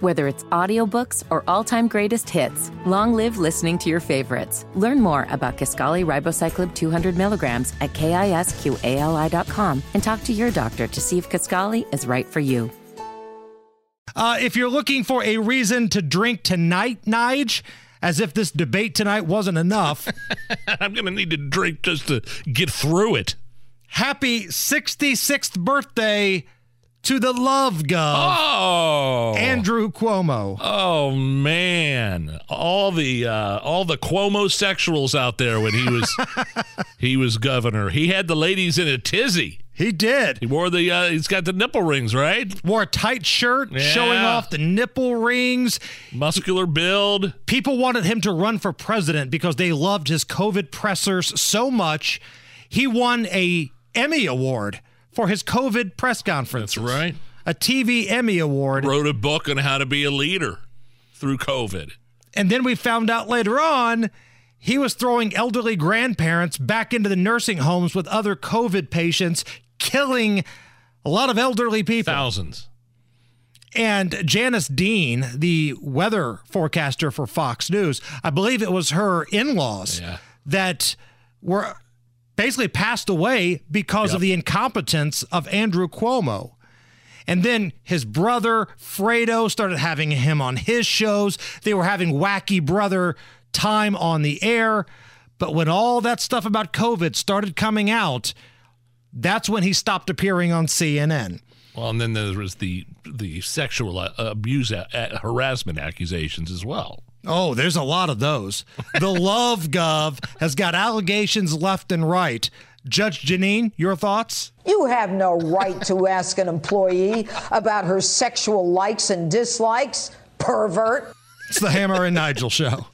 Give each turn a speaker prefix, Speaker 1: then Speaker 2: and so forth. Speaker 1: Whether it's audiobooks or all-time greatest hits, long live listening to your favorites. Learn more about Kaskali Ribocyclib 200 milligrams at kisqali.com and talk to your doctor to see if Kaskali is right for you.
Speaker 2: Uh, if you're looking for a reason to drink tonight, Nige, as if this debate tonight wasn't enough,
Speaker 3: I'm going to need to drink just to get through it.
Speaker 2: happy 66th birthday to the love gov,
Speaker 3: Oh,
Speaker 2: Andrew Cuomo.
Speaker 3: Um, oh man, all the uh, all the Cuomo sexuals out there when he was he was governor. He had the ladies in a tizzy.
Speaker 2: He did.
Speaker 3: He wore the uh, he's got the nipple rings, right?
Speaker 2: Wore a tight shirt, showing
Speaker 3: Yeah.
Speaker 2: off the nipple rings.
Speaker 3: Muscular build.
Speaker 2: People wanted him to run for president because they loved his COVID pressers so much. He won a Emmy award for his COVID press conference.
Speaker 3: right.
Speaker 2: A TV Emmy award.
Speaker 3: Wrote a book on how to be a leader through COVID.
Speaker 2: And then we found out later on he was throwing elderly grandparents back into the nursing homes with other COVID patients, killing a lot of elderly people.
Speaker 3: Thousands.
Speaker 2: And Janice Dean, the weather forecaster for Fox News, I believe it was her in laws
Speaker 3: Yeah.
Speaker 2: that were basically passed away because of the incompetence of Andrew Cuomo. And then his brother, Fredo, started having him on his shows. They were having wacky brother time on the air. But when all that stuff about COVID started coming out, that's when he stopped appearing on CNN.
Speaker 3: Well, and then there was the the sexual uh, abuse uh, uh, harassment accusations as well.
Speaker 2: Oh, there's a lot of those. The Love Gov has got allegations left and right. Judge Janine, your thoughts?
Speaker 4: You have no right to ask an employee about her sexual likes and dislikes, pervert.
Speaker 2: It's the Hammer and Nigel show.